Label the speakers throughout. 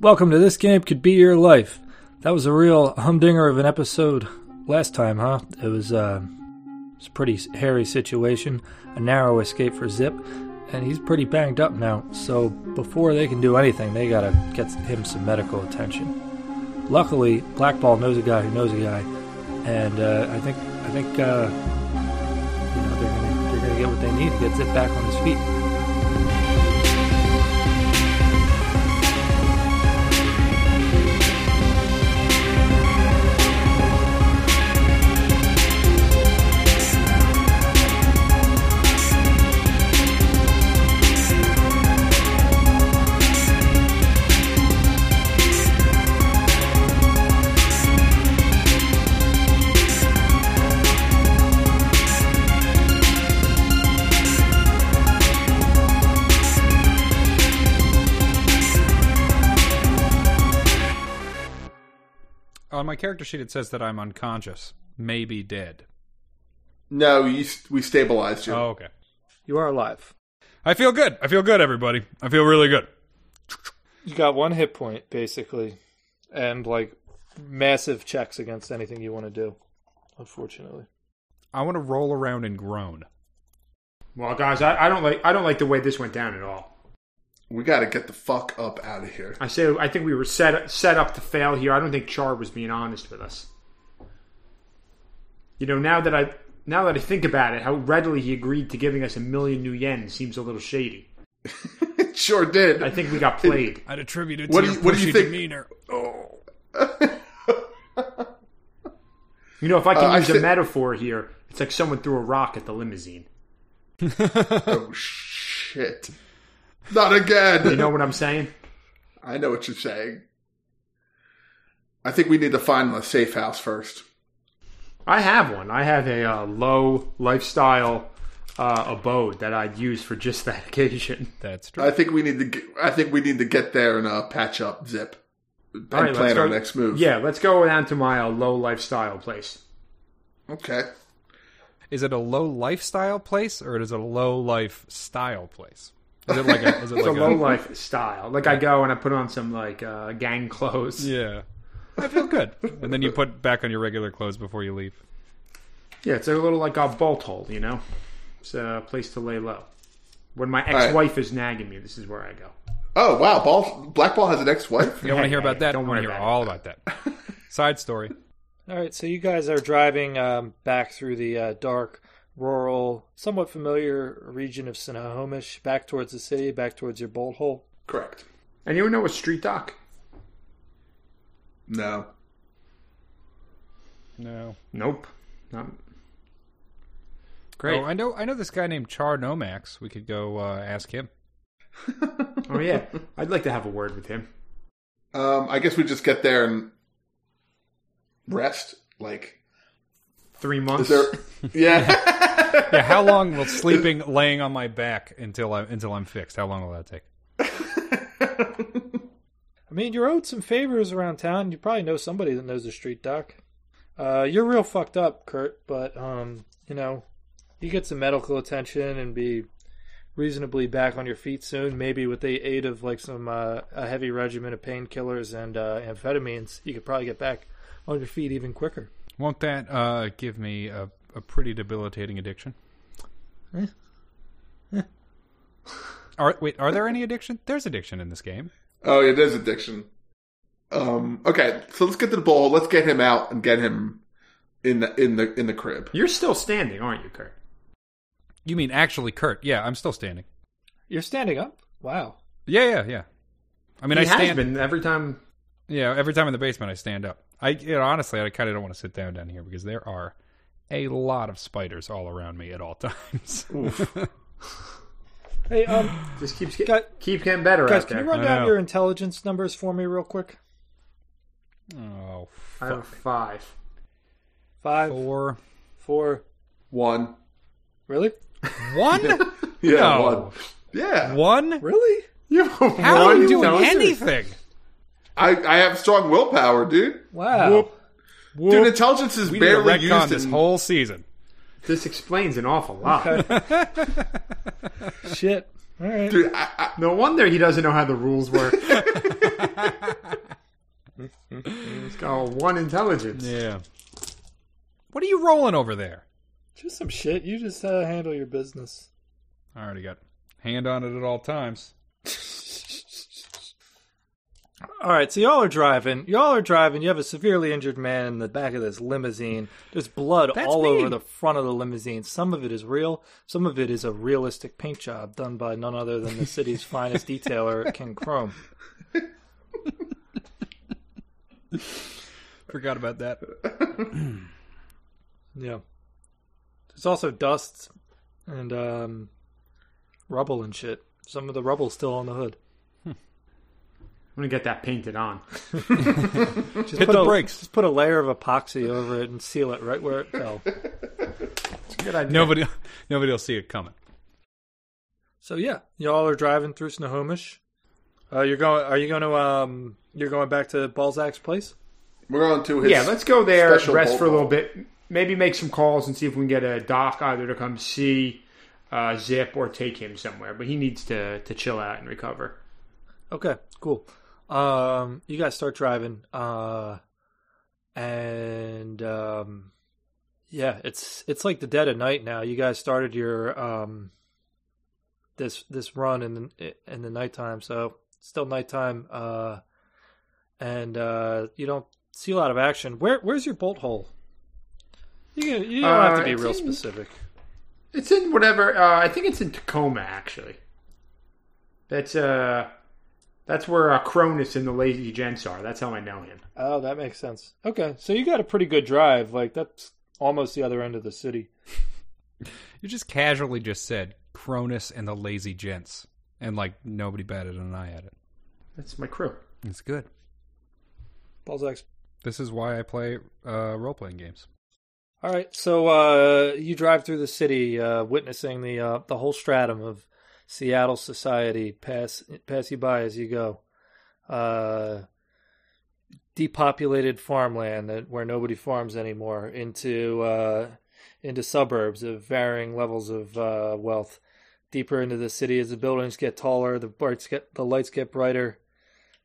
Speaker 1: Welcome to This Game Could Be Your Life. That was a real humdinger of an episode last time, huh? It was, uh, it was a pretty hairy situation, a narrow escape for Zip, and he's pretty banged up now. So before they can do anything, they gotta get him some medical attention. Luckily, Blackball knows a guy who knows a guy, and uh, I think I think uh, you know they're gonna they're gonna get what they need to get Zip back on his feet.
Speaker 2: On my character sheet, it says that I'm unconscious, maybe dead.
Speaker 3: No, you, we stabilized you.
Speaker 2: Oh, okay.
Speaker 1: You are alive.
Speaker 2: I feel good. I feel good, everybody. I feel really good.
Speaker 1: You got one hit point basically, and like massive checks against anything you want to do. Unfortunately,
Speaker 2: I want to roll around and groan.
Speaker 4: Well, guys, I, I don't like I don't like the way this went down at all.
Speaker 3: We got to get the fuck up out of here.
Speaker 4: I say I think we were set set up to fail here. I don't think Char was being honest with us. You know, now that I now that I think about it, how readily he agreed to giving us a million new yen seems a little shady.
Speaker 3: It sure did.
Speaker 4: I think we got played.
Speaker 2: I'd attribute it
Speaker 3: What do you- what do
Speaker 2: pushy
Speaker 3: you think-
Speaker 2: demeanor.
Speaker 3: oh.
Speaker 4: You know, if I can
Speaker 3: Uh, I
Speaker 4: use a
Speaker 3: thi-
Speaker 4: metaphor here, it's like someone threw a rock at the limousine.
Speaker 3: oh, shit. Not again.
Speaker 4: You know what I'm saying?
Speaker 3: I know what you're saying. I think we need to find a safe house first.
Speaker 4: I have one. I have a uh, low lifestyle uh, abode that I'd use for just that occasion.
Speaker 2: That's true.
Speaker 3: I think we need to. Get, I think we need to get there and uh, patch up Zip and
Speaker 4: All right, let's
Speaker 3: plan our
Speaker 4: go-
Speaker 3: next move.
Speaker 4: Yeah, let's go down to my uh, low lifestyle place.
Speaker 3: Okay.
Speaker 2: Is it a low lifestyle place or is it a low life style place? Is it like a? Is it
Speaker 4: It's
Speaker 2: like
Speaker 4: a low life style. Like I go and I put on some like uh, gang clothes. Yeah.
Speaker 2: Yeah. I feel good. And then you put back on your regular clothes before you leave.
Speaker 4: it's a little like a bolt hole, you know. It's a place to lay low. When my
Speaker 3: right.
Speaker 4: ex-wife is nagging me, this is where I go.
Speaker 3: Oh wow, Ball, Black Ball has an ex-wife.
Speaker 2: You don't want to
Speaker 4: Hey,
Speaker 2: hear about
Speaker 4: hey,
Speaker 2: that.
Speaker 4: don't
Speaker 2: I want
Speaker 4: worry
Speaker 2: to hear
Speaker 4: about it.
Speaker 2: all about that. Side story.
Speaker 1: All right, so you guys are driving um, back through the uh, dark, rural, somewhat familiar region of Snohomish, back towards the city, back towards your bolt hole.
Speaker 3: Correct.
Speaker 4: Anyone know a street doc?
Speaker 3: No.
Speaker 2: No.
Speaker 4: Nope. Not...
Speaker 2: Great. Oh, I know. I know this guy named Char Nomax. We could go uh, ask him.
Speaker 4: Oh yeah, I'd like to have a word with him.
Speaker 3: Um, I guess we just get there and rest. Like,
Speaker 4: Three
Speaker 3: is
Speaker 4: months.
Speaker 3: there? Yeah.
Speaker 2: Yeah. How long will sleeping, laying on my back until I until I'm fixed? How long will that take?
Speaker 1: I mean, you're owed some favors around town. You probably know somebody that knows the street doc. Uh, you're real fucked up, Kurt, but um, you know, you get some medical attention and be reasonably back on your feet soon. Maybe with the aid of like some uh, a heavy regimen of painkillers and uh, amphetamines, you could probably get back on your feet even quicker.
Speaker 2: Won't that uh, give me a, a pretty debilitating addiction?
Speaker 4: Eh.
Speaker 2: are wait, are there any addiction? There's addiction in this game.
Speaker 3: oh, it is addiction. Um. Okay, so let's get to the ball. Let's get him out and get him in the in the in the crib.
Speaker 4: You're still standing, aren't you, Kurt?
Speaker 2: You mean actually, Kurt? Yeah, I'm still standing.
Speaker 1: You're standing up. Wow.
Speaker 2: Yeah, yeah, yeah. I mean,
Speaker 4: he
Speaker 2: I
Speaker 4: has
Speaker 2: stand.
Speaker 4: been every time.
Speaker 2: Yeah, every time in the basement, I stand up. I you know, honestly, I kind of don't want to sit down down here because there are a lot of spiders all around me at all times.
Speaker 1: Hey, um,
Speaker 4: Just keeps get,
Speaker 1: Guy-
Speaker 4: keep getting better
Speaker 1: guys,
Speaker 4: out
Speaker 1: can
Speaker 4: there.
Speaker 1: you run
Speaker 2: I
Speaker 1: down
Speaker 2: know.
Speaker 1: your intelligence numbers for me real quick?
Speaker 2: oh,
Speaker 4: I have a five.
Speaker 1: Five, four,
Speaker 2: four,
Speaker 3: One.
Speaker 1: really,
Speaker 2: one,
Speaker 3: Yeah.
Speaker 2: No.
Speaker 3: One. Yeah.
Speaker 2: one.
Speaker 1: really.
Speaker 3: You
Speaker 2: How are
Speaker 3: one
Speaker 2: you doing
Speaker 3: tells-
Speaker 2: anything?
Speaker 3: I I have strong willpower, dude.
Speaker 1: Wow.
Speaker 3: Dude, intelligence is
Speaker 2: We need to
Speaker 3: barely
Speaker 2: retcon
Speaker 3: used
Speaker 2: this
Speaker 3: in-
Speaker 2: whole season.
Speaker 4: This explains an awful lot.
Speaker 1: Shit. All right.
Speaker 3: Dude, I, I,
Speaker 4: No wonder he doesn't know how the rules work. It's got one intelligence.
Speaker 2: yeah. What are you rolling over there?
Speaker 1: Just some shit. You just uh, handle your business.
Speaker 2: I already got hand on it at all times.
Speaker 1: All right, so y'all are driving. Y'all are driving. You have a severely injured man in the back of this limousine. There's blood
Speaker 2: That's
Speaker 1: all
Speaker 2: me.
Speaker 1: over the front of the limousine. Some of it is real. Some of it is a realistic paint job done by none other than the city's finest detailer, King Chrome.
Speaker 2: Forgot about that.
Speaker 1: Yeah. There's also dust and um, rubble and shit. Some of the rubble's still on the hood.
Speaker 4: I'm gonna get that painted on.
Speaker 1: Just
Speaker 2: Hit
Speaker 1: put
Speaker 2: the
Speaker 1: a,
Speaker 2: brakes.
Speaker 1: Just put a layer of epoxy over it and seal it right where it fell.
Speaker 4: Good idea.
Speaker 2: Nobody, nobody will see it coming.
Speaker 1: So yeah, y'all are driving through Snohomish. Uh, you're going. Are you going to? Um, you're going back to Balzac's place.
Speaker 3: We're on to his.
Speaker 4: yeah, let's go there, rest
Speaker 3: Special bolt
Speaker 4: for a little bit, maybe make some calls and see if we can get a doc either to come see uh, Zip or take him somewhere. But he needs to to chill out and recover.
Speaker 1: Okay, cool. Um, you guys start driving. Uh, and um, yeah, it's it's like the dead of night now. You guys started your um, this this run in the in the nighttime, so it's still nighttime. Uh, and uh, you don't see a lot of action. Where where's your bolt hole? You can, you don't have to
Speaker 4: Uh,
Speaker 1: be
Speaker 4: it's
Speaker 1: real
Speaker 4: in-
Speaker 1: specific.
Speaker 4: It's in whatever. Uh, I think it's in Tacoma actually. That's uh, that's where uh, Cronus and the Lazy Gents are. That's how I know him.
Speaker 1: Oh, that makes sense. Okay, so you got a pretty good drive. Like that's almost the other end of the city.
Speaker 2: You just casually just said Cronus and the Lazy Gents, and like nobody batted an eye at it.
Speaker 4: That's my crew.
Speaker 2: It's good.
Speaker 1: Balzac's.
Speaker 2: This is why I play uh, role playing games.
Speaker 1: All right, so uh, you drive through the city, uh, witnessing the uh, the whole stratum of Seattle society pass pass you by as you go. Uh, depopulated farmland that where nobody farms anymore into uh, into suburbs of varying levels of uh, wealth. Deeper into the city as the buildings get taller, the lights get the lights get brighter,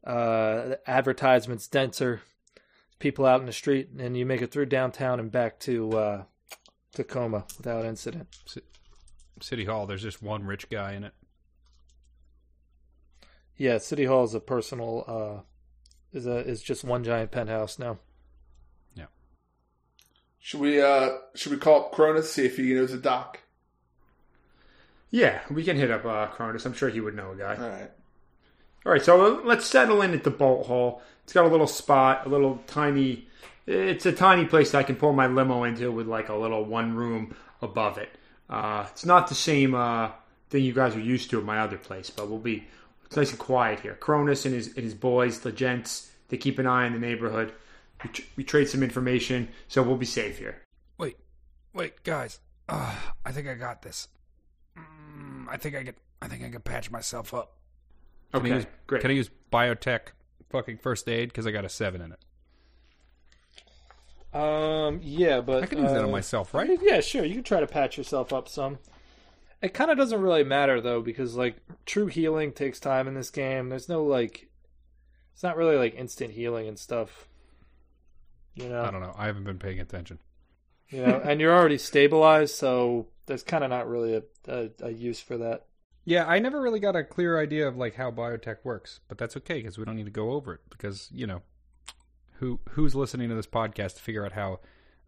Speaker 1: uh, the advertisements denser, people out in the street, and you make it through downtown and back to uh, Tacoma without incident.
Speaker 2: City Hall. There's just one rich guy in it.
Speaker 1: Yeah, City Hall is a personal uh, is a is just one giant penthouse now.
Speaker 3: Should we? uh Should we call up Cronus see if he knows a doc?
Speaker 4: Yeah, we can hit up uh, Cronus. I'm sure he would know a guy.
Speaker 3: All right.
Speaker 4: All right, so uh, let's settle in at the bolt hole. It's got a little spot, a little tiny. It's a tiny place that I can pull my limo into with like a little one room above it. Uh, it's not the same uh, thing you guys are used to at my other place, but we'll be. It's nice and quiet here. Cronus and his and his boys, the gents, they keep an eye on the neighborhood. We, tr- we trade some information, so we'll be safe here.
Speaker 2: Wait, wait, guys. Uh, I think I got this. Mm, I think I could. I think I could patch myself up. Can
Speaker 4: Okay,
Speaker 2: I use,
Speaker 4: great.
Speaker 2: Can I use biotech fucking first aid because I got a seven in it?
Speaker 1: Um, yeah, but
Speaker 2: I can use that on
Speaker 1: uh,
Speaker 2: myself,
Speaker 1: I
Speaker 2: right?
Speaker 1: mean, yeah, sure. You can try to patch yourself up some. It kind of doesn't really matter though, because like true healing takes time in this game. There's no like, it's not really like instant healing and stuff. You know,
Speaker 2: I don't know. I haven't been paying attention.
Speaker 1: you know, and you're already stabilized, so there's kind of not really a, a, a use for that.
Speaker 2: Yeah, I never really got a clear idea of like how biotech works, but that's okay because we don't need to go over it because you know who who's listening to this podcast to figure out how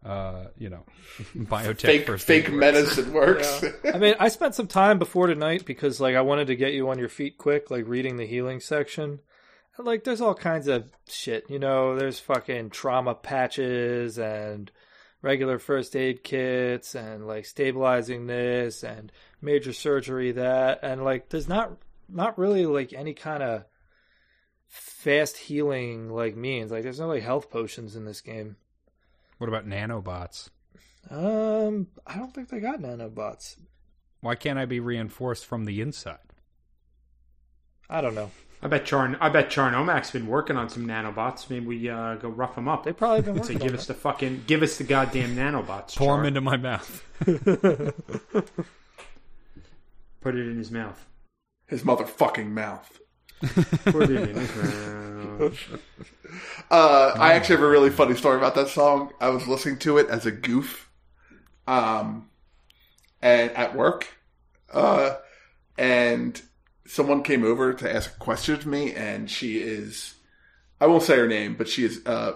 Speaker 2: uh you know biotech
Speaker 3: Fake
Speaker 2: first aid
Speaker 3: fake
Speaker 2: works.
Speaker 3: medicine works.
Speaker 1: I mean, I spent some time before tonight because like I wanted to get you on your feet quick, like reading the healing section. And, like there's all kinds of shit, you know, there's fucking trauma patches and regular first aid kits and like stabilizing this and major surgery that and like there's not not really like any kind of fast healing like means. Like there's no like health potions in this game.
Speaker 2: What about nanobots?
Speaker 1: Um I don't think they got nanobots.
Speaker 2: Why can't I be reinforced from the inside?
Speaker 1: I don't know.
Speaker 4: I bet Charn. I bet Charnomac's been working on some nanobots. Maybe we uh, go rough him up.
Speaker 1: They probably been
Speaker 4: Say,
Speaker 1: working on
Speaker 4: give us the fucking, give us the goddamn nanobots.
Speaker 2: Pour
Speaker 4: Char.
Speaker 2: them into my mouth.
Speaker 4: Put it in his mouth.
Speaker 3: His motherfucking mouth.
Speaker 4: Put it in his mouth.
Speaker 3: Uh, I actually have a really funny story about that song. I was listening to it as a goof, um, and at work, uh, and someone came over to ask a question of me, and she is, I won't say her name, but she is uh,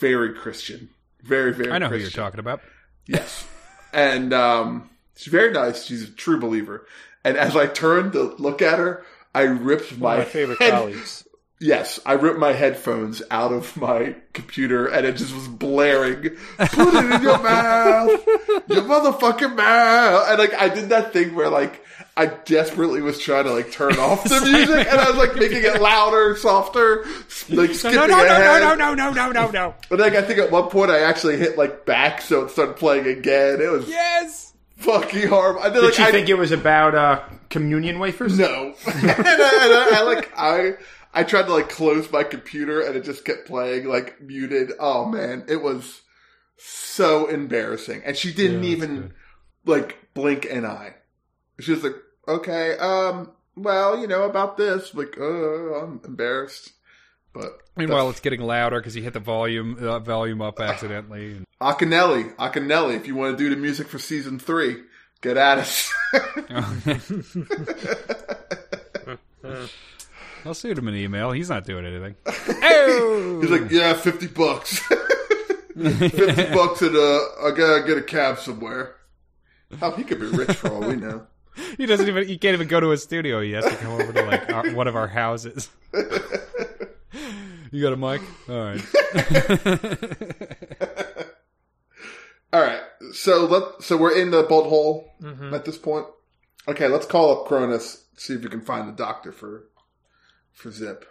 Speaker 3: very Christian, very very.
Speaker 2: I know who you're
Speaker 3: Christian.
Speaker 2: talking about.
Speaker 3: Yes. And um, she's very nice. She's a true believer. And as I turned to look at her, I ripped
Speaker 5: One
Speaker 3: my,
Speaker 5: of my favorite
Speaker 3: head-
Speaker 5: colleagues.
Speaker 3: Yes, I ripped my headphones out of my computer, and it just was blaring. Put it in your mouth, your motherfucking mouth. And like I did that thing where like I desperately was trying to like turn off the music, and I was like making it louder, softer, like skipping
Speaker 4: No, no, no,
Speaker 3: ahead.
Speaker 4: no, no, no, no, no, no, no.
Speaker 3: But like I think at one point I actually hit like back, so it started playing again. It was
Speaker 4: Yes.
Speaker 3: fucking horrible. And then,
Speaker 4: Did
Speaker 3: like,
Speaker 4: you
Speaker 3: I,
Speaker 4: think it was about uh, communion wafers?
Speaker 3: no. and I, and I, I, like I I tried to like close my computer and it just kept playing like muted. Oh man, it was so embarrassing. And she didn't even like blink an eye. She was like, okay, um, well, you know about this. Like, oh, I'm embarrassed. But
Speaker 2: Meanwhile, it's getting louder because you hit the volume uh, volume up accidentally.
Speaker 3: Akinelli, Akinelli, if you want to do the music for season three, get at us.
Speaker 2: I'll shoot him an email. He's not doing anything.
Speaker 3: He's like, yeah, fifty bucks. fifty bucks, and uh, I gotta get a cab somewhere. Hell, he could be rich for all we know.
Speaker 2: He doesn't even. He can't even go to his studio. He has to come over to like our, one of our houses. You got a mic? All right.
Speaker 3: All right, so let so we're in the bolt hole at this point. Okay, let's call up Cronus, see if we can find the doctor for for Zip.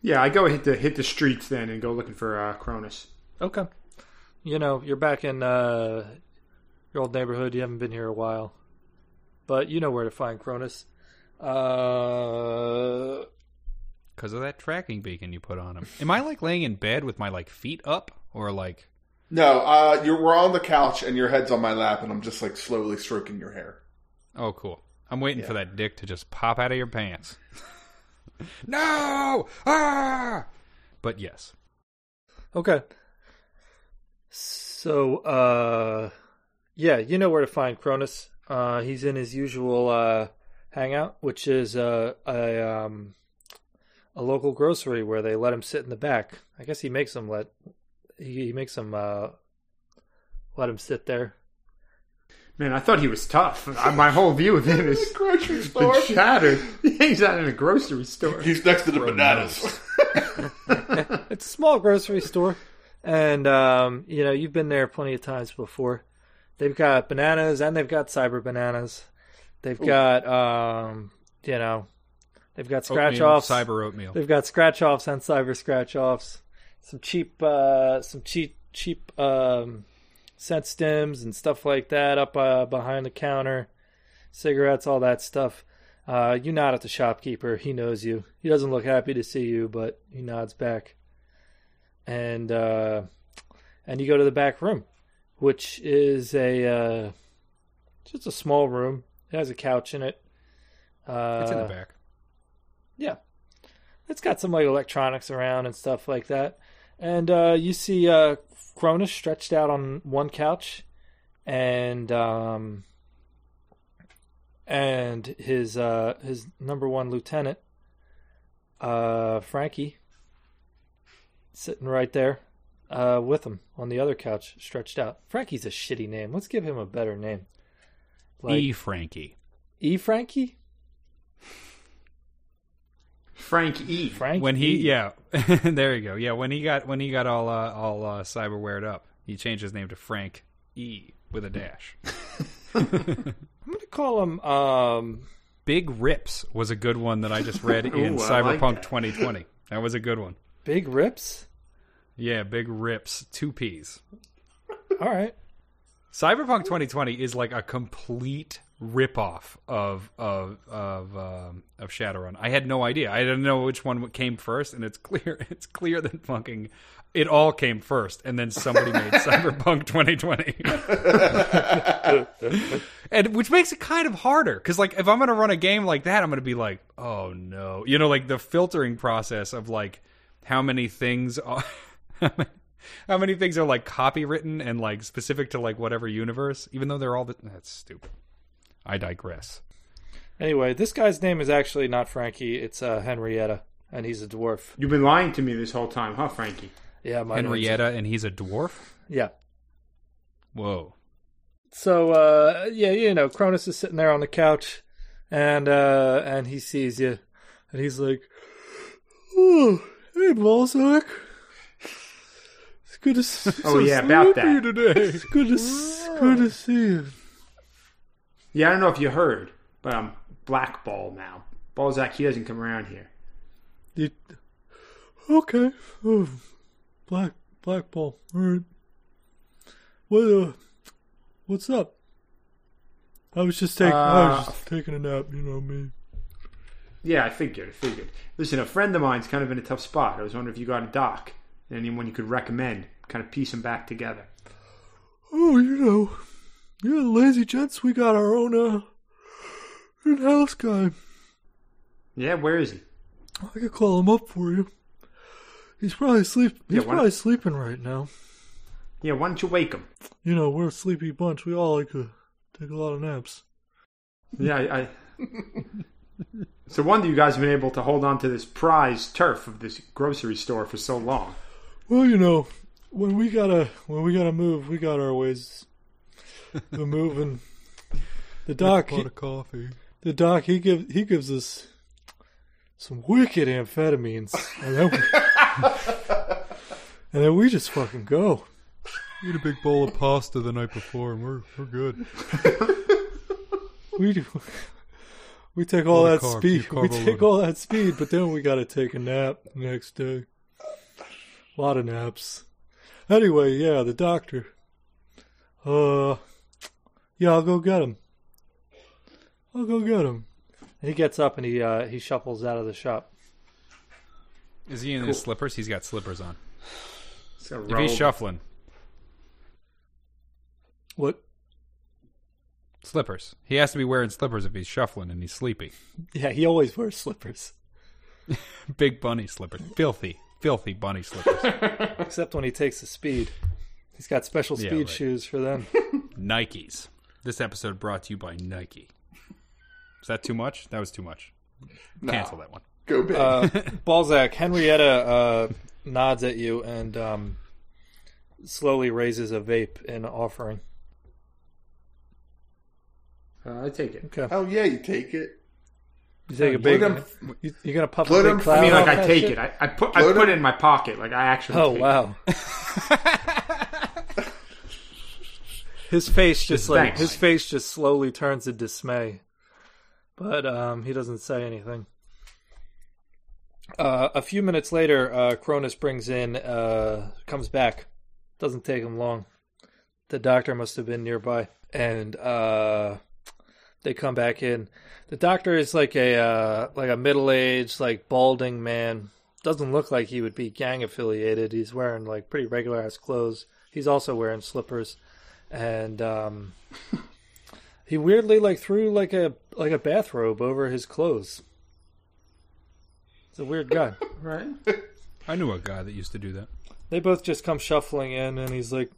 Speaker 4: Yeah, I go hit the hit the streets then and go looking for uh, Cronus.
Speaker 1: Okay. You know, you're back in uh, your old neighborhood. You haven't been here a while. But you know where to find Cronus. Uh,
Speaker 2: Because of that tracking beacon you put on him. Am I like laying in bed with my like feet up or like?
Speaker 3: No, uh, you're we're on the couch, and your head's on my lap, and I'm just like slowly stroking your hair.
Speaker 2: Oh, cool. I'm waiting for that dick to just pop out of your pants. no! Ah! But yes.
Speaker 1: okay. So, uh, yeah, you know where to find Cronus. Uh, he's in his usual uh, hangout, which is uh, a um, a local grocery where they let him sit in the back. I guess he makes them let he, he makes them uh, let him sit there.
Speaker 4: Man, I thought he was tough. I- My whole view of him is
Speaker 3: Grocery store.
Speaker 4: been shattered. He's not in a grocery store.
Speaker 3: He's next to the bananas.
Speaker 1: It's a small grocery store, and um, you know you've been there plenty of times before. They've got bananas, and they've got cyber bananas. They've got um, you know, they've got scratch
Speaker 2: Oatmeal,
Speaker 1: offs.
Speaker 2: Cyber oatmeal.
Speaker 1: They've got scratch offs and cyber scratch offs. Some cheap, uh, some cheap, cheap um, scent stems and stuff like that up uh, behind the counter. Cigarettes, all that stuff. Uh, you nod at the shopkeeper. He knows you. He doesn't look happy to see you, but he nods back. And uh, and you go to the back room, which is a uh, just a small room. It has a couch in it. Uh,
Speaker 2: It's in the back.
Speaker 1: yeah. It's got some like electronics around and stuff like that. And uh, you see uh, Cronus stretched out on one couch and um, and his uh, his number one lieutenant, uh, Frankie, sitting right there uh, with him on the other couch, stretched out. Frankie's a shitty name. Let's give him a better name. Like
Speaker 2: e
Speaker 1: E,
Speaker 2: Frankie.
Speaker 1: Frankie?
Speaker 4: Frank E.
Speaker 1: Frank
Speaker 2: When he
Speaker 1: E.
Speaker 2: yeah, there you go. Yeah, when he got when he got all uh, all uh, cyberwared up, he changed his name to Frank E with a dash.
Speaker 1: I'm gonna call him um
Speaker 2: Big Rips was a good one that I just read in
Speaker 4: Ooh, I like
Speaker 2: Cyberpunk
Speaker 4: that.
Speaker 2: 2020. That was a good one.
Speaker 1: Big Rips.
Speaker 2: Yeah, Big Rips, two P's.
Speaker 1: All right.
Speaker 2: Cyberpunk 2020 is like a complete ripoff of of of um, of Shadowrun. I had no idea. I didn't know which one came first, and it's clear it's clear that fucking it all came first, and then somebody made Cyberpunk 2020, and which makes it kind of harder because like if I'm gonna run a game like that, I'm gonna be like, oh no, you know, like the filtering process of like how many things are. how many- How many things are like copywritten and like specific to like whatever universe, even though they're all the, that's stupid. I digress.
Speaker 1: Anyway, this guy's name is actually not Frankie. It's uh, Henrietta, and he's a dwarf.
Speaker 4: You've been lying to me this whole time, huh, Frankie?
Speaker 1: Yeah, my name's-
Speaker 2: Henrietta, and he's a dwarf.
Speaker 1: Yeah.
Speaker 2: Whoa!
Speaker 1: So uh, yeah, you know, Cronus is sitting there on the couch, and uh, and he sees you, and he's like, "Oh, hey, Balzac, it's good to s- it's
Speaker 4: Oh,
Speaker 1: so
Speaker 4: yeah, about
Speaker 1: sleepy
Speaker 4: that.
Speaker 1: today. It's good to s- it's good to see you."
Speaker 4: Yeah, I don't know if you heard, but I'm blackball now. Balzac, he doesn't come around here.
Speaker 1: you okay? Oh, black black ball. All right. What uh, what's up? I was just taking I was
Speaker 4: Uh,
Speaker 1: just taking a nap. You know me.
Speaker 4: Yeah, I figured. I figured. Listen, a friend of mine's kind of in a tough spot. I was wondering if you got a doc, anyone you could recommend, kind of piece them back together.
Speaker 1: Oh, you know, yeah, lazy gents. We got our own uh, in-house guy.
Speaker 4: Yeah, where is he?
Speaker 1: I could call him up for you. He's probably sleep. He's
Speaker 4: Yeah, why-
Speaker 1: probably sleeping right now.
Speaker 4: Yeah, why don't you wake him?
Speaker 1: You know, we're a sleepy bunch. We all like to take a lot of naps.
Speaker 4: Yeah, I. I... it's a wonder you guys have been able to hold on to this prize turf of this grocery store for so long.
Speaker 1: Well, you know, when we gotta when we gotta move, we got our ways. The moving, the doc, he,
Speaker 2: coffee.
Speaker 1: the doc, he gives he gives us some wicked amphetamines, and then we, and then we just fucking go.
Speaker 2: Eat a big bowl of pasta the night before, and we're we're good.
Speaker 1: We do. We take all
Speaker 2: Load
Speaker 1: that
Speaker 2: of carbs,
Speaker 1: speed.
Speaker 2: keep carbo
Speaker 1: We take
Speaker 2: loaded.
Speaker 1: all that speed, but then we gotta take a nap the next day. A lot of naps. Anyway, yeah, the doctor. Uh, yeah, I'll go get him. I'll go get him. He gets up and he uh, he shuffles out of the shop.
Speaker 2: Is he in his slippers? He's got slippers on.
Speaker 4: It's a
Speaker 2: If he's shuffling,
Speaker 1: What?
Speaker 2: slippers. He has to be wearing slippers if he's shuffling and he's sleepy.
Speaker 1: Yeah, he always wears slippers,
Speaker 2: Big bunny slippers, filthy, filthy bunny slippers.
Speaker 1: except when he takes the speed. He's got special
Speaker 2: Yeah,
Speaker 1: speed
Speaker 2: right.
Speaker 1: shoes for them.
Speaker 2: Nikes. This episode brought to you by Nike. Is that too much? That was too much. Cancel that Uh, one.
Speaker 3: Go big.
Speaker 1: Balzac, Henrietta uh, nods at you and um, slowly raises a vape in offering.
Speaker 4: Uh, I take it.
Speaker 3: oh yeah, you take it.
Speaker 1: You take a
Speaker 3: Load
Speaker 1: big.
Speaker 3: 'em-
Speaker 1: You, you're gonna puff
Speaker 3: Load
Speaker 1: a
Speaker 3: 'em-
Speaker 1: big cloud.
Speaker 4: I mean, like
Speaker 1: off
Speaker 4: I
Speaker 1: that
Speaker 4: take
Speaker 1: shit?
Speaker 4: it. I, I put I put it in my pocket. Like I actually.
Speaker 1: Oh
Speaker 4: take
Speaker 1: wow! his face just like
Speaker 4: Thanks.
Speaker 1: his face just slowly turns to dismay, but um, he doesn't say anything. Uh, a few minutes later, uh, Cronus brings in, uh, comes back. Doesn't take him long. The doctor must have been nearby, and uh, they come back in. The doctor is like a uh, like a middle aged, like balding man. Doesn't look like he would be gang affiliated. He's wearing like pretty regular ass clothes. He's also wearing slippers, and um, he weirdly like threw like a like a bathrobe over his clothes. It's a weird guy.
Speaker 4: it. Right.
Speaker 2: I knew a guy that used to do that.
Speaker 1: They both just come shuffling in, and he's like,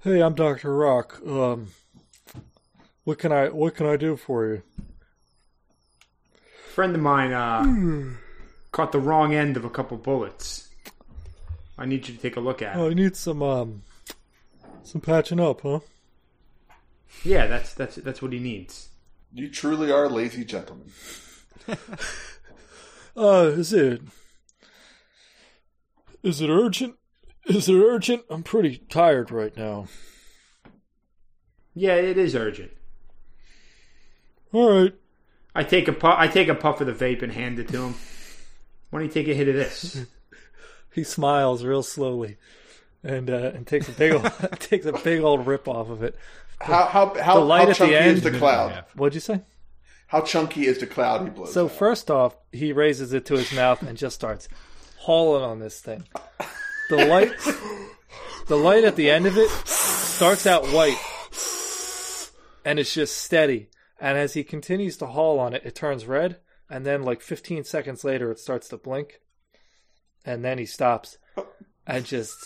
Speaker 1: "Hey, I'm Doctor Rock. Um, what can I what can I do for you?"
Speaker 4: friend of mine uh,
Speaker 1: Hmm.
Speaker 4: caught the wrong end of a couple bullets. I need you to take a look at
Speaker 1: Oh,
Speaker 4: it.
Speaker 1: you need some um some patching up, huh?
Speaker 4: Yeah, that's that's that's what he needs.
Speaker 3: You truly are lazy gentlemen.
Speaker 1: Uh, is it is it urgent? Is it urgent? I'm pretty tired right now.
Speaker 4: Yeah, it is urgent.
Speaker 1: All right.
Speaker 4: I take a puff. I take a puff of the vape and hand it to him. Why don't you take a hit of this?
Speaker 1: He smiles real slowly. and uh, and takes a big old, takes a big old rip off of it.
Speaker 3: How how how,
Speaker 1: the light
Speaker 3: how
Speaker 1: at the
Speaker 3: chunky
Speaker 1: end-
Speaker 3: is the cloud?
Speaker 2: Yeah.
Speaker 1: What'd you say?
Speaker 3: How chunky is the cloud he blows?
Speaker 1: So
Speaker 3: out?
Speaker 1: first off, he raises it to his mouth and just starts hauling on this thing. The light, the light at the end of it starts out white, and it's just steady. And as he continues to haul on it, it turns red, and then like 15 seconds later, it starts to blink, and then he stops and just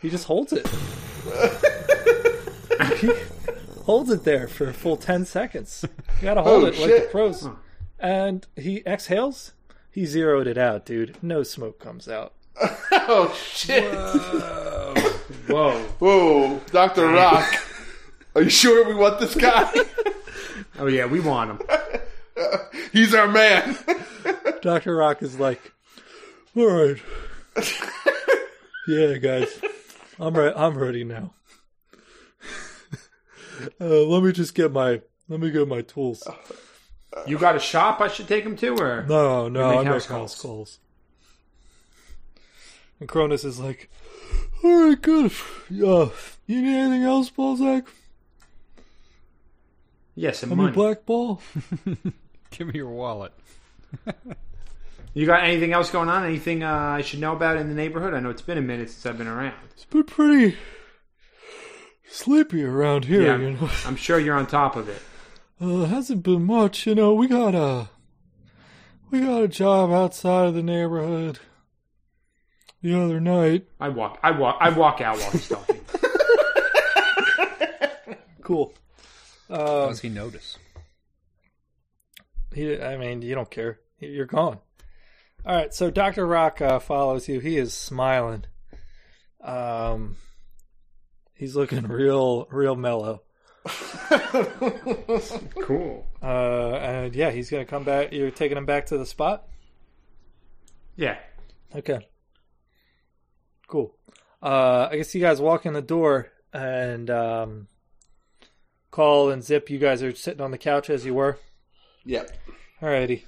Speaker 1: he just holds it. holds it there for a full 10 seconds. You gotta hold
Speaker 3: Oh,
Speaker 1: it like the
Speaker 3: shit.
Speaker 1: pros. And he exhales. He zeroed it out, dude. No smoke comes out.
Speaker 3: oh shit!
Speaker 4: Whoa.
Speaker 3: Whoa, Doctor Rock, are you sure we want this guy?
Speaker 4: Oh yeah, we want him.
Speaker 3: He's our man.
Speaker 1: Dr. Rock is like, all right. yeah, guys. I'm re- I'm ready now. Uh, let me just get my let me get my tools.
Speaker 4: You got a shop I should take him to, or
Speaker 1: No, no,
Speaker 4: make
Speaker 1: I make
Speaker 4: house
Speaker 1: house
Speaker 4: calls.
Speaker 1: calls. And Cronus is like, "All right, good. Uh, you need anything else, Balzac?
Speaker 4: yes, and
Speaker 1: I'm your
Speaker 4: money.
Speaker 1: black ball.
Speaker 2: Give me your wallet.
Speaker 4: You got anything else going on? Anything uh, I should know about in the neighborhood? I know it's been a minute since I've been around.
Speaker 1: It's been pretty sleepy around here,
Speaker 4: Yeah,
Speaker 1: you
Speaker 4: I'm,
Speaker 1: know.
Speaker 4: I'm sure you're on top of it.
Speaker 1: Uh, hasn't been much, you know. We got a we got a job outside of the neighborhood the other night.
Speaker 4: I walk, I walk, I walk out while he's talking.
Speaker 1: Cool.
Speaker 2: How
Speaker 1: Uh,
Speaker 2: does he notice?
Speaker 1: He, I mean, you don't care. You're gone. All right. So Doctor Rock uh, follows you. He is smiling. Um, he's looking real, real mellow.
Speaker 4: cool.
Speaker 1: Uh, and yeah, he's gonna come back. You're taking him back to the spot.
Speaker 4: Yeah.
Speaker 1: Okay. Cool. Uh, I guess you guys walk in the door and um, call and zip. You guys are sitting on the couch as you were.
Speaker 3: yep.
Speaker 1: Alrighty.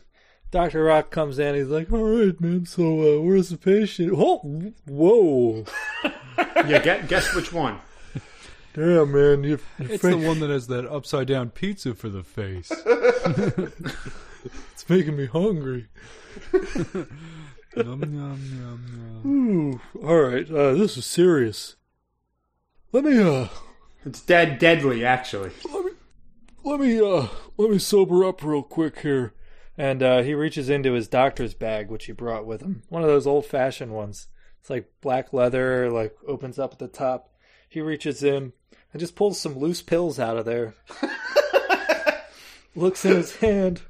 Speaker 1: Dr. Rock comes in. He's like, all right, man, so uh, where's the patient? Oh, whoa.
Speaker 4: Yeah. Guess, guess which one?
Speaker 1: Damn, man. You, you
Speaker 2: It's
Speaker 1: fake-
Speaker 2: the one that has that upside down pizza for the face.
Speaker 1: it's making me hungry.
Speaker 2: Nom, nom, nom, nom.
Speaker 1: Ooh, all right. Uh, this is serious. Let me, uh,
Speaker 4: It's dead, deadly. Actually,
Speaker 1: let me, uh, let me sober up real quick here. And uh, he reaches into his doctor's bag, which he brought with him. One of those old fashioned ones. It's like black leather, like opens up at the top. He reaches in and just pulls some loose pills out of there. Looks in his hand,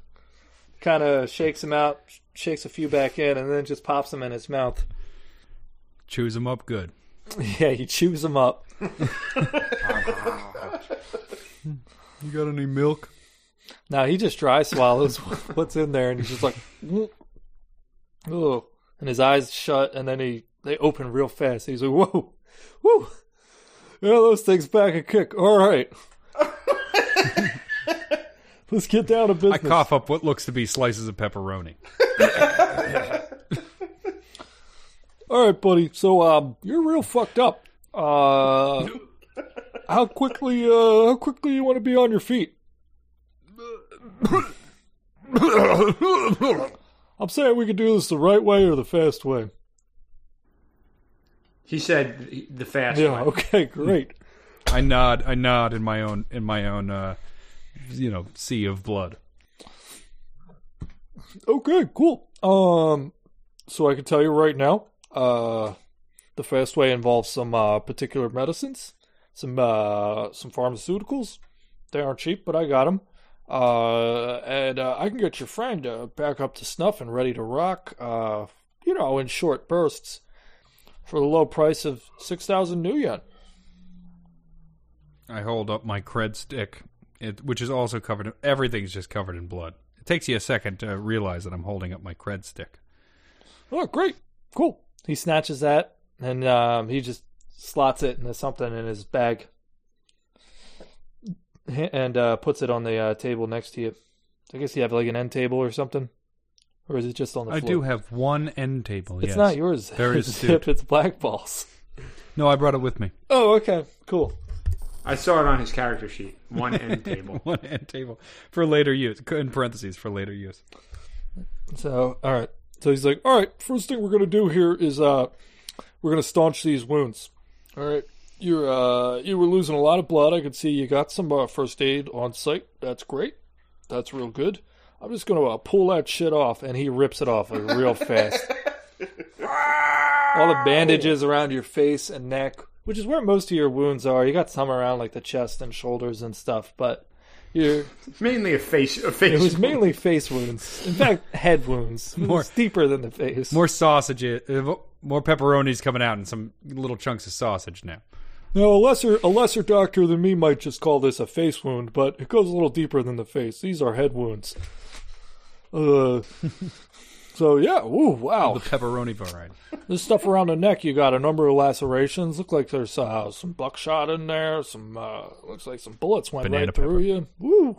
Speaker 1: kind of shakes them out, sh- shakes a few back in, and then just pops them in his mouth.
Speaker 2: Chews him up good.
Speaker 1: Yeah, he chews them up.
Speaker 2: You got any milk?
Speaker 1: No, he just dry swallows what's in there, and he's just like, oh, and his eyes shut, and then he they open real fast. He's like, whoa, whoo, yeah, those things back a kick. All right, let's get down to
Speaker 2: I
Speaker 1: business.
Speaker 2: cough up what looks to be slices of pepperoni.
Speaker 1: All right, buddy. So, um, you're real fucked up. Uh, how quickly, uh, how quickly you want to be on your feet? I'm saying we could do this the right way or the fast way.
Speaker 4: he said the fast
Speaker 1: Yeah.
Speaker 4: one.
Speaker 1: Okay. Great.
Speaker 2: I nod. I nod in my own in my own uh, you know sea of blood.
Speaker 1: Okay, cool. Um, so I can tell you right now, uh, the fast way involves some uh, particular medicines, some uh, some pharmaceuticals. They aren't cheap, but I got them. Uh, and uh, I can get your friend uh, back up to snuff and ready to rock. Uh, you know, in short bursts, for the low price of six thousand new yen.
Speaker 2: I hold up my cred stick, it, which is also covered. In, everything's just covered in blood. It takes you a second to realize that I'm holding up my cred stick.
Speaker 1: Oh, great. Cool. He snatches that and um, he just slots it into something in his bag and uh, puts it on the uh, table next to you. I guess you have like an end table or something. Or is it just on the
Speaker 2: I
Speaker 1: floor?
Speaker 2: do have one end table.
Speaker 1: It's
Speaker 2: yes.
Speaker 1: not yours.
Speaker 2: Very
Speaker 1: it's,
Speaker 2: astute.
Speaker 1: it's black balls.
Speaker 2: No, I brought it with me.
Speaker 1: Oh, okay, cool.
Speaker 4: I saw it on his character sheet. One end table.
Speaker 2: One hand table for later use. In parentheses for later use.
Speaker 1: So, all right. So he's like, all right, first thing we're going to do here is uh, we're going to staunch these wounds. All right. You're, uh, you were losing a lot of blood. I could see you got some uh, first aid on site. That's great. That's real good. I'm just going to uh, pull that shit off. And he rips it off like, real fast. All the bandages around your face and neck, which is where most of your wounds are. You got some around like the chest and shoulders and stuff, but you're.
Speaker 4: It's mainly a face. A face.
Speaker 1: It was mainly face wounds. In fact, head wounds. More deeper than the face.
Speaker 2: More sausages, uh, more pepperonis coming out, and some little chunks of sausage now.
Speaker 1: now, a lesser a lesser doctor than me might just call this a face wound, but it goes a little deeper than the face. These are head wounds. Uh, so yeah, ooh, wow.
Speaker 2: The pepperoni variety.
Speaker 1: This stuff around the neck, you got a number of lacerations. Look like there's uh, some buckshot in there. Some uh, looks like some bullets went
Speaker 2: Banana
Speaker 1: right through you. Woo!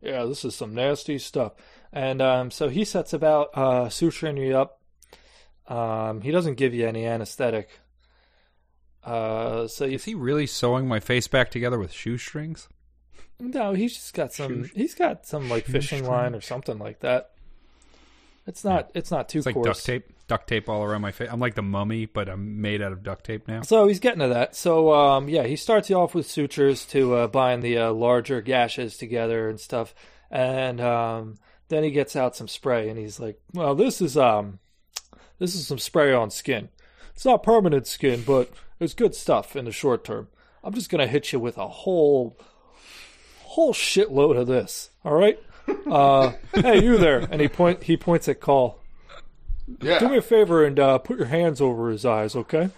Speaker 1: Yeah, this is some nasty stuff. And um, so he sets about uh, suturing you up. Um, he doesn't give you any anesthetic. Uh, so you
Speaker 2: Is he really sewing my face back together with shoestrings?
Speaker 1: No, he's just got some. He's got some like fishing line or something like that. It's not. It's not too
Speaker 2: It's like
Speaker 1: coarse.
Speaker 2: duct tape, duct tape all around my face. I'm like the mummy, but I'm made out of duct tape now.
Speaker 1: So he's getting to that. So um, yeah, he starts you off with sutures to uh, bind the uh, larger gashes together and stuff, and um, then he gets out some spray and he's like, "Well, this is um, this is some spray on skin. It's not permanent skin, but it's good stuff in the short term. I'm just gonna hit you with a whole, whole shitload of this. All right? Uh, hey, you there? And he point he points at Call.
Speaker 3: Yeah.
Speaker 1: Do me a favor and uh, put your hands over his eyes, okay?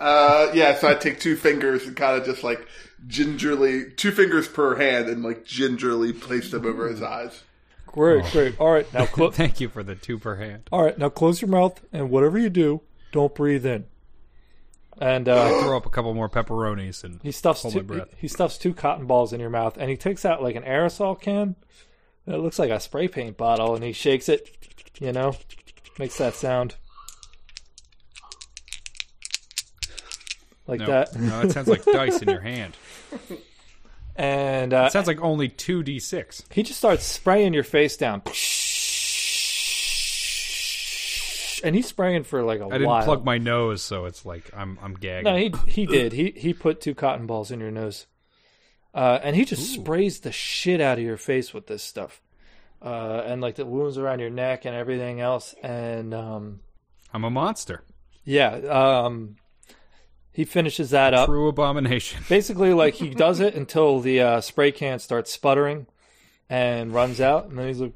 Speaker 3: Uh, yeah, so I take two fingers and kind of just like gingerly, two fingers per hand, and like gingerly place them over his eyes.
Speaker 1: Great, great. All right, now clo-
Speaker 2: Thank you for the two per hand.
Speaker 1: All right, now close your mouth and whatever you do, don't breathe in. And uh,
Speaker 2: Throw up a couple more pepperonis and
Speaker 1: he stuffs
Speaker 2: Hold my
Speaker 1: two,
Speaker 2: breath.
Speaker 1: he, he stuffs two cotton balls in your mouth, and he takes out like an aerosol can. It looks like a spray paint bottle, and he shakes it. You know, makes that sound like
Speaker 2: no,
Speaker 1: that.
Speaker 2: no, it sounds like dice in your hand.
Speaker 1: And uh,
Speaker 2: It sounds like only two d six.
Speaker 1: He just starts spraying your face down. And he's spraying for like a
Speaker 2: I didn't
Speaker 1: while.
Speaker 2: plug my nose, so it's like I'm I'm gagging.
Speaker 1: no, he he did. He he put two cotton balls in your nose. Uh, and he just sprays the shit out of your face with this stuff. Uh, and like the wounds around your neck and everything else and um
Speaker 2: I'm a monster.
Speaker 1: yeah, um he finishes that up.
Speaker 2: True abomination.
Speaker 1: basically like he does it until the uh, spray can starts sputtering and runs out and then he's like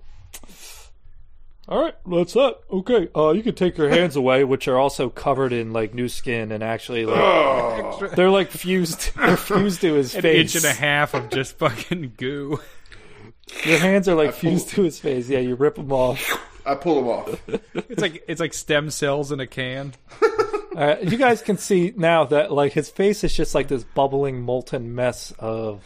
Speaker 1: all right that's that okay uh, you can take your hands away which are also covered in like new skin and actually like they're like fused they're fused to his
Speaker 2: Oh. An
Speaker 1: face
Speaker 2: inch and a half of just fucking goo.
Speaker 1: your hands are like fused to his face yeah you rip them off
Speaker 3: I pull them off.
Speaker 2: It's like it's like stem cells in a can.
Speaker 1: all right Uh, you guys can see now that like his face is just like this bubbling molten mess of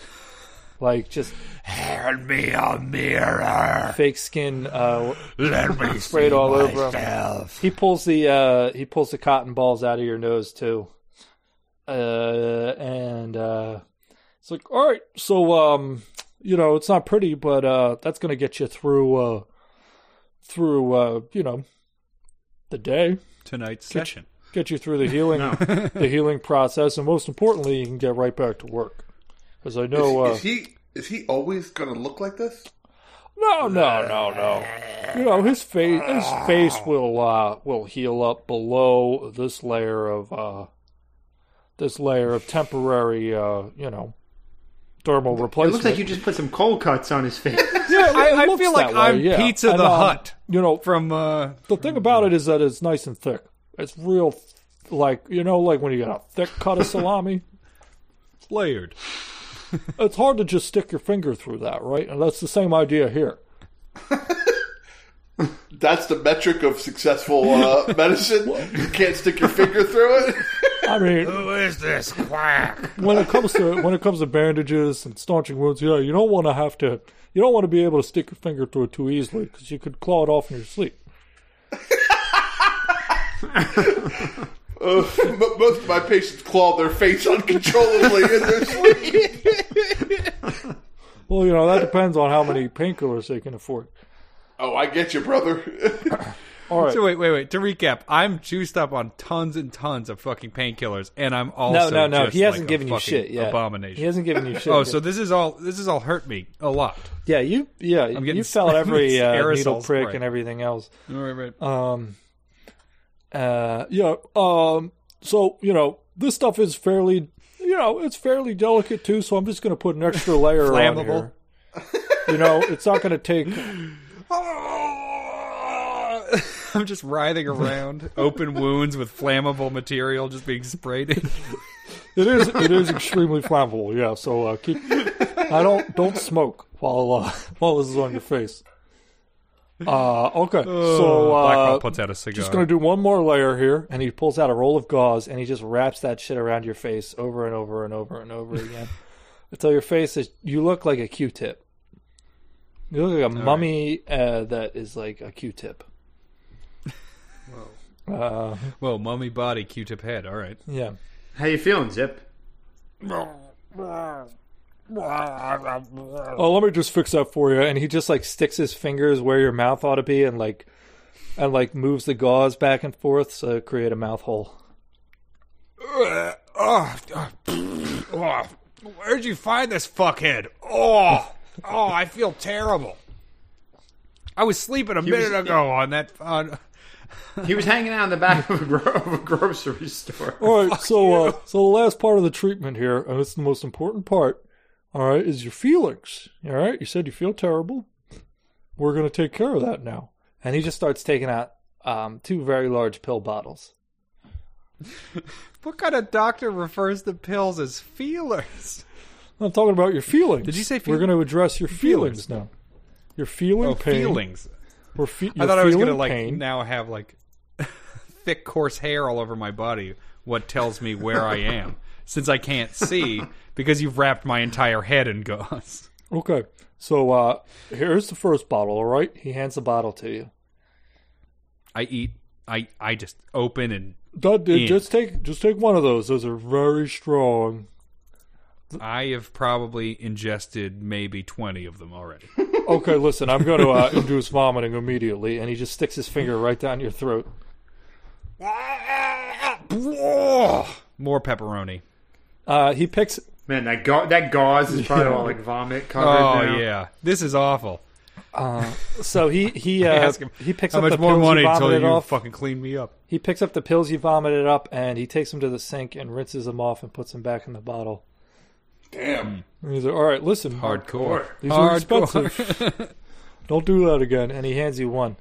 Speaker 1: like just
Speaker 5: Hand me a mirror.
Speaker 1: fake skin uh
Speaker 5: Let me
Speaker 1: sprayed
Speaker 5: see
Speaker 1: all over him
Speaker 5: myself.
Speaker 1: He pulls the uh, he pulls the cotton balls out of your nose too, uh, and uh, it's like, all right, so um, you know, it's not pretty, but uh, that's gonna get you through uh, through uh, you know, the day,
Speaker 2: Tonight's session.
Speaker 1: get you through the healing the healing process, and most importantly, you can get right back to work. Because I know, uh,
Speaker 3: Is he is he always going to look like this?
Speaker 1: no, no, no, no. You know, his face his face will uh will heal up below this layer of uh this layer of temporary uh, you know, dermal
Speaker 4: It
Speaker 1: replacement.
Speaker 4: looks like you just put some cold cuts on his face.
Speaker 1: yeah, it
Speaker 2: I- I
Speaker 1: looks
Speaker 2: feel
Speaker 1: that
Speaker 2: like I'm
Speaker 1: yeah.
Speaker 2: Pizza the
Speaker 1: um,
Speaker 2: Hut.
Speaker 1: You know,
Speaker 2: From uh
Speaker 1: the thing about it is that it's nice and thick. It's real th- like, you know, like when you got a thick cut of salami,
Speaker 2: layered.
Speaker 1: it's hard to just stick your finger through that, right? And that's the same idea here.
Speaker 3: That's the metric of successful uh, medicine. You can't stick your finger through it.
Speaker 1: I mean,
Speaker 5: Who is this quack?
Speaker 1: when it comes to when it comes to bandages and staunching wounds, yeah, you don't want to have to. You don't want to be able to stick your finger through it too easily because you could claw it off in your sleep.
Speaker 3: Uh, m- most of my patients claw their face uncontrollably in their sleep.
Speaker 1: Well, you know, that depends on how many painkillers they can afford.
Speaker 3: Oh, I get you, brother.
Speaker 1: All right.
Speaker 2: So wait, wait, wait. To recap, I'm juiced up on tons and tons of fucking painkillers, and I'm
Speaker 1: no,
Speaker 2: also
Speaker 1: no, no.
Speaker 2: just
Speaker 1: He hasn't
Speaker 2: like a
Speaker 1: given you
Speaker 2: fucking
Speaker 1: shit yet.
Speaker 2: Abomination.
Speaker 1: He hasn't given you shit.
Speaker 2: oh,
Speaker 1: yet.
Speaker 2: so this is all. This is all hurt me a lot.
Speaker 1: yeah, you, yeah,
Speaker 2: getting
Speaker 1: you felt every uh,
Speaker 2: aerosol
Speaker 1: needle prick
Speaker 2: spray.
Speaker 1: and everything else.
Speaker 2: All right, right.
Speaker 1: Um, uh, yeah. Um, so you know, this stuff is fairly, you know, it's fairly delicate too. So I'm just going to put an extra layer on
Speaker 2: Flammable.
Speaker 1: here. You know, it's not going to take.
Speaker 2: I'm just writhing around, open wounds with flammable material just being sprayed.
Speaker 1: It is. It is extremely flammable. Yeah. So uh, keep. I don't don't smoke while uh, while this is on your face. Uh, okay. so uh,
Speaker 2: Blackwell puts out Oh, a cigar.
Speaker 1: just gonna do one more layer here, and he pulls out a roll of gauze, and he just wraps that shit around your face over and over and over and over again until your face is. You look like a Q-tip. You look like a mummy uh, that is like a Q-tip. Uh,
Speaker 2: Well, mummy body, Q-tip head. All right.
Speaker 1: yeah.
Speaker 4: How you feeling, Zip?
Speaker 1: Oh, let me just fix that for you. And he just like sticks his fingers where your mouth ought to be, and like, and like moves the gauze back and forth to create a mouth hole. Uh,
Speaker 2: Oh, oh, oh, where'd you find this fuckhead? Oh, oh, I feel terrible. I was sleeping a minute
Speaker 4: was-
Speaker 2: ago on that. On,
Speaker 4: He was hanging out in the back of a, gro- of a grocery store.
Speaker 1: All right, so uh, so the last part of the treatment here, and it's the most important part. All right, is your feelings. All right, you said you feel terrible. We're gonna take care of that now. And he just starts taking out um, two very large pill bottles.
Speaker 2: what kind of doctor refers to pills as feelers?
Speaker 1: I'm talking about your feelings.
Speaker 2: Did you say
Speaker 1: we're
Speaker 2: feel-
Speaker 1: gonna address your feelings,
Speaker 2: feelings?
Speaker 1: now? Your feeling
Speaker 2: Oh,
Speaker 1: pain.
Speaker 2: feelings.
Speaker 1: Or fe-
Speaker 2: I thought I was
Speaker 1: going to
Speaker 2: gonna like now have like thick, coarse hair all over my body. What tells me where I am, since I can't see because you've wrapped my entire head in gauze.
Speaker 1: Okay. So uh here's the first bottle, all right? He hands the bottle to you.
Speaker 2: I eat. I I just open and
Speaker 1: That,
Speaker 2: Ian.
Speaker 1: just take just take one of those. Those are very strong.
Speaker 2: I have probably ingested maybe twenty of them already.
Speaker 1: Okay, listen, I'm going to uh, induce vomiting immediately, and he just sticks his finger right down your throat.
Speaker 2: More pepperoni.
Speaker 1: Uh, he picks.
Speaker 4: Man, that ga- that gauze is probably all like vomit covered.
Speaker 2: Oh
Speaker 4: now.
Speaker 2: yeah, this is awful.
Speaker 1: So he he uh,
Speaker 2: Ask him
Speaker 1: he picks
Speaker 2: how
Speaker 1: up
Speaker 2: much
Speaker 1: the
Speaker 2: more
Speaker 1: pills
Speaker 2: money
Speaker 1: you
Speaker 2: until
Speaker 1: vomited
Speaker 2: you
Speaker 1: off.
Speaker 2: fucking clean me up.
Speaker 1: He picks up the pills you vomited up, and he takes them to the sink and rinses them off and puts them back in the bottle.
Speaker 3: Damn.
Speaker 1: And he's like, "All right, listen,
Speaker 2: Hardcore.
Speaker 1: these are
Speaker 2: Hardcore.
Speaker 1: expensive. Don't do that again." And he hands you one.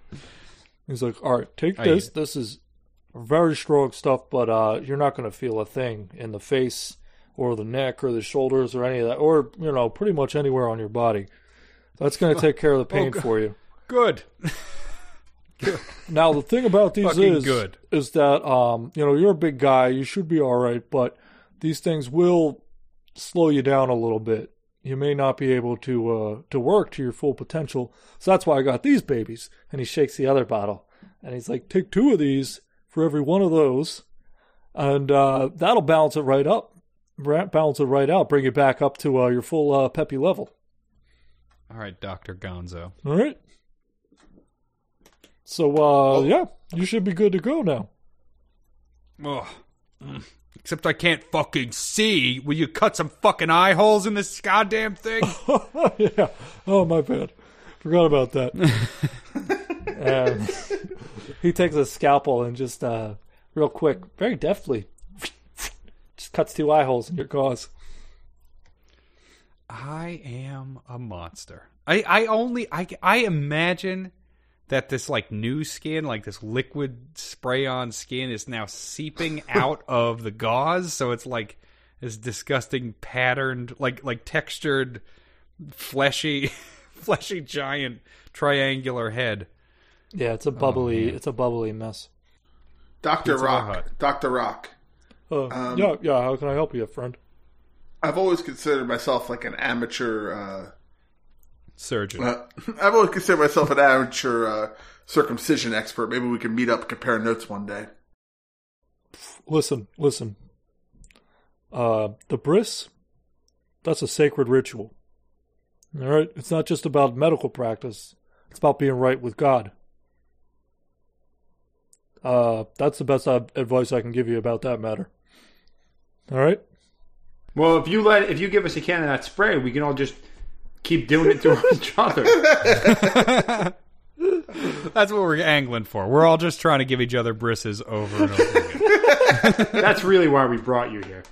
Speaker 1: He's like, "All right, take
Speaker 2: I
Speaker 1: this.
Speaker 2: eat it.
Speaker 1: This is very strong stuff, but uh, you're not going to feel a thing in the face or the neck or the shoulders or any of that, or you know, pretty much anywhere on your body. That's going to take care of the pain for you."
Speaker 2: Good.
Speaker 1: Now the thing about these
Speaker 2: Fucking
Speaker 1: is
Speaker 2: good.
Speaker 1: is that um you know you're a big guy you should be all right but these things will slow you down a little bit. You may not be able to uh to work to your full potential. So that's why I got these babies. And he shakes the other bottle and he's like take two of these for every one of those and uh that'll balance it right up. Ra- Balance it right out. Bring you back up to uh, your full uh, peppy level.
Speaker 2: All right, Doctor Gonzo.
Speaker 1: All right. So uh
Speaker 2: Oh.
Speaker 1: yeah, you should be good to go now.
Speaker 2: Ugh. Mm. Except I can't fucking see. Will you cut some fucking eye holes in this goddamn thing?
Speaker 1: yeah. Oh, my bad. Forgot about that. and he takes a scalpel and just uh, real quick, very deftly, just cuts two eye holes in your gauze.
Speaker 2: I am a monster. I, I only I I imagine that this like new skin, like this liquid spray on skin, is now seeping out of the gauze. So it's like this disgusting patterned, like like textured, fleshy, fleshy giant triangular head.
Speaker 1: Yeah, it's a bubbly, it's a bubbly mess.
Speaker 3: Dr.
Speaker 2: Pizza
Speaker 3: Rock.
Speaker 2: Hut.
Speaker 3: Dr. Rock.
Speaker 1: Uh, yeah, yeah. How can I help you, friend?
Speaker 3: I've always considered myself like an amateur. Uh,
Speaker 2: Surgeon.
Speaker 3: uh, I've always considered myself an amateur uh, circumcision expert. Maybe we can meet up, and compare notes one day.
Speaker 1: listen, listen. Uh, the bris, that's a sacred ritual. All right, it's not just about medical practice; it's about being right with God. Uh, that's the best uh, advice I can give you about that matter. All right,
Speaker 4: Well, if you let if you give us a can of that spray, we can all just keep doing it to each other.
Speaker 2: That's what we're angling for. We're all just trying to give each other brisses over and over again.
Speaker 4: That's really why we brought you here.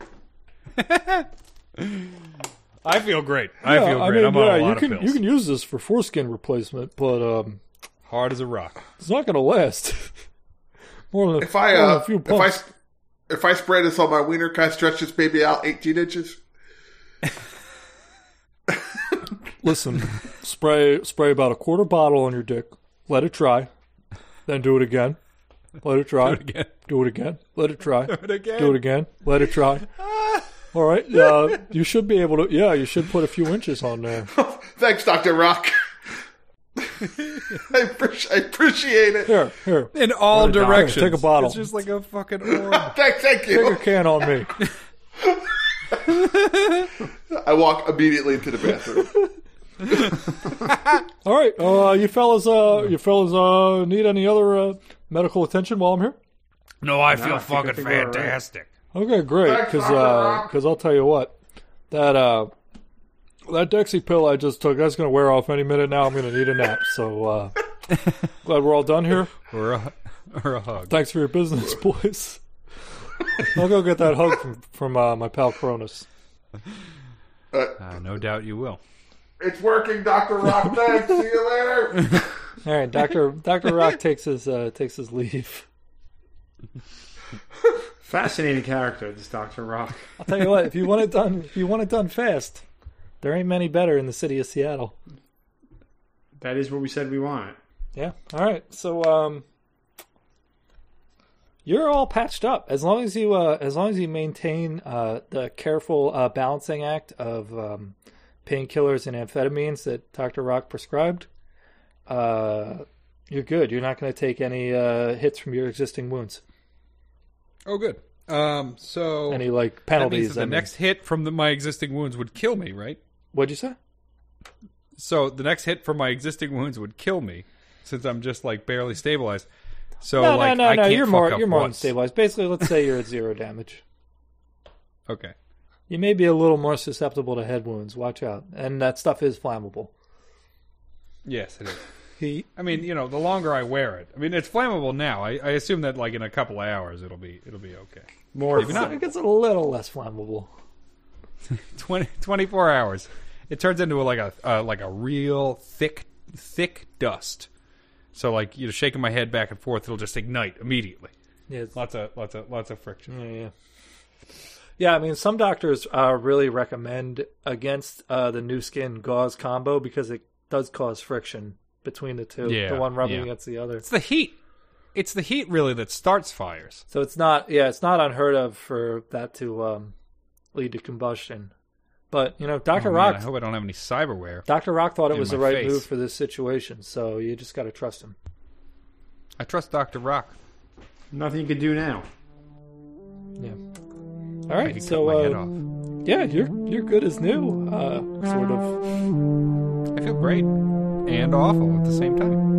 Speaker 2: I feel great. I
Speaker 1: Yeah,
Speaker 2: feel great. I'm on a lot
Speaker 1: you
Speaker 2: of
Speaker 1: can
Speaker 2: pills.
Speaker 1: you can use this for foreskin replacement, but um,
Speaker 2: Hard as a rock.
Speaker 1: it's not going to last. more than
Speaker 3: If I
Speaker 1: more than
Speaker 3: uh,
Speaker 1: Oh, a few
Speaker 3: if I
Speaker 1: pumps.
Speaker 3: sp- if I spread this on my wiener, can I stretch this baby out eighteen inches?
Speaker 1: Listen, spray spray about a quarter bottle on your dick. Let it dry, then do it again. Let it dry. Do it
Speaker 2: again.
Speaker 1: Do it again. Let it dry. Do it
Speaker 2: again.
Speaker 1: Let it dry. All right. Uh, you should be able to. Yeah, you should put a few inches on there.
Speaker 3: Thanks, Doctor Rock. I, appreciate, I appreciate it.
Speaker 1: Here, here.
Speaker 2: In all
Speaker 4: a dime.
Speaker 2: directions.
Speaker 1: Take a bottle.
Speaker 2: It's just like a fucking orb.
Speaker 3: Thank, thank
Speaker 1: Take a
Speaker 3: you.
Speaker 1: can on me.
Speaker 3: I walk immediately to the bathroom.
Speaker 1: All right. Uh, you fellas. Uh, you fellas. Uh, need any other uh, medical attention while I'm here?
Speaker 6: No, I
Speaker 4: I
Speaker 6: feel
Speaker 4: think I
Speaker 6: fucking
Speaker 4: think we're all right.
Speaker 6: fantastic.
Speaker 1: Okay, great. Because I'll tell you what, that uh, that Dexy pill I just took, that's gonna wear off any minute now. I'm gonna need a nap. So uh, glad we're all done here.
Speaker 2: or, a, or a hug.
Speaker 1: Thanks for your business, boys. I'll go get that hug from from uh, my pal Cronus.
Speaker 2: Uh, no doubt you will.
Speaker 3: it's working, Doctor Rock. Thanks. See you later.
Speaker 1: All right, Doctor Doctor Rock takes his uh, takes his leave.
Speaker 4: Fascinating character, this Doctor Rock.
Speaker 1: I'll tell you what, if you want it done, if you want it done fast, there ain't many better in the city of Seattle.
Speaker 4: That is what we said we want.
Speaker 1: Yeah. All right. So um you're all patched up as long as you uh as long as you maintain uh the careful uh balancing act of um painkillers and amphetamines that Dr. Rock prescribed. Uh you're good. You're not going to take any uh hits from your existing wounds.
Speaker 2: Oh, good. Um, so
Speaker 1: Any like
Speaker 2: that means
Speaker 1: penalties.
Speaker 2: that the
Speaker 1: I mean.
Speaker 2: next hit from the, my existing wounds would kill me, right?
Speaker 1: What'd you say?
Speaker 2: So the next hit from my existing wounds would kill me, since I'm just like barely stabilized. So
Speaker 1: No,
Speaker 2: Oh, like
Speaker 1: no, no,
Speaker 2: I
Speaker 1: no.
Speaker 2: can't
Speaker 1: You're
Speaker 2: fuck
Speaker 1: more
Speaker 2: up
Speaker 1: you're more
Speaker 2: once.
Speaker 1: unstabilized. Basically, let's say you're at zero damage.
Speaker 2: Okay.
Speaker 1: You may be a little more susceptible to head wounds. Watch out. And that stuff is flammable.
Speaker 2: Yes, it is.
Speaker 1: He
Speaker 2: I mean, you know, the longer I wear it, I mean, it's flammable now. I, I assume that like in a couple of hours it'll be it'll be okay.
Speaker 4: More
Speaker 2: Maybe not.
Speaker 1: It gets a little less flammable.
Speaker 2: 20, 24 hours. It turns into like a uh, like a real thick thick dust. So like you know, shaking my head back and forth, it'll just ignite immediately.
Speaker 1: Yeah, it's-
Speaker 2: Lots of lots of lots of friction.
Speaker 1: yeah, yeah. Yeah, I mean, some doctors uh, really recommend against uh, the new skin gauze combo because it does cause friction between the two,
Speaker 2: Yeah,
Speaker 1: the one rubbing
Speaker 2: yeah.
Speaker 1: against the other.
Speaker 2: It's the heat. It's the heat really that starts fires.
Speaker 1: So it's not, yeah, it's not unheard of for that to um, lead to combustion. But you know, Doctor
Speaker 2: Oh, man, I
Speaker 1: Rock,
Speaker 2: hope I don't have any cyberware.
Speaker 1: Doctor Rock thought it
Speaker 2: in
Speaker 1: was
Speaker 2: my
Speaker 1: the right
Speaker 2: face.
Speaker 1: move for this situation. So you just got to trust him.
Speaker 2: I trust Doctor Rock.
Speaker 4: Nothing you can do now.
Speaker 1: Yeah. All
Speaker 2: I
Speaker 1: right,
Speaker 2: could
Speaker 1: so
Speaker 2: cut my head
Speaker 1: uh,
Speaker 2: off.
Speaker 1: yeah, you're you're good as new, uh, sort of.
Speaker 2: I feel great and awful at the same time.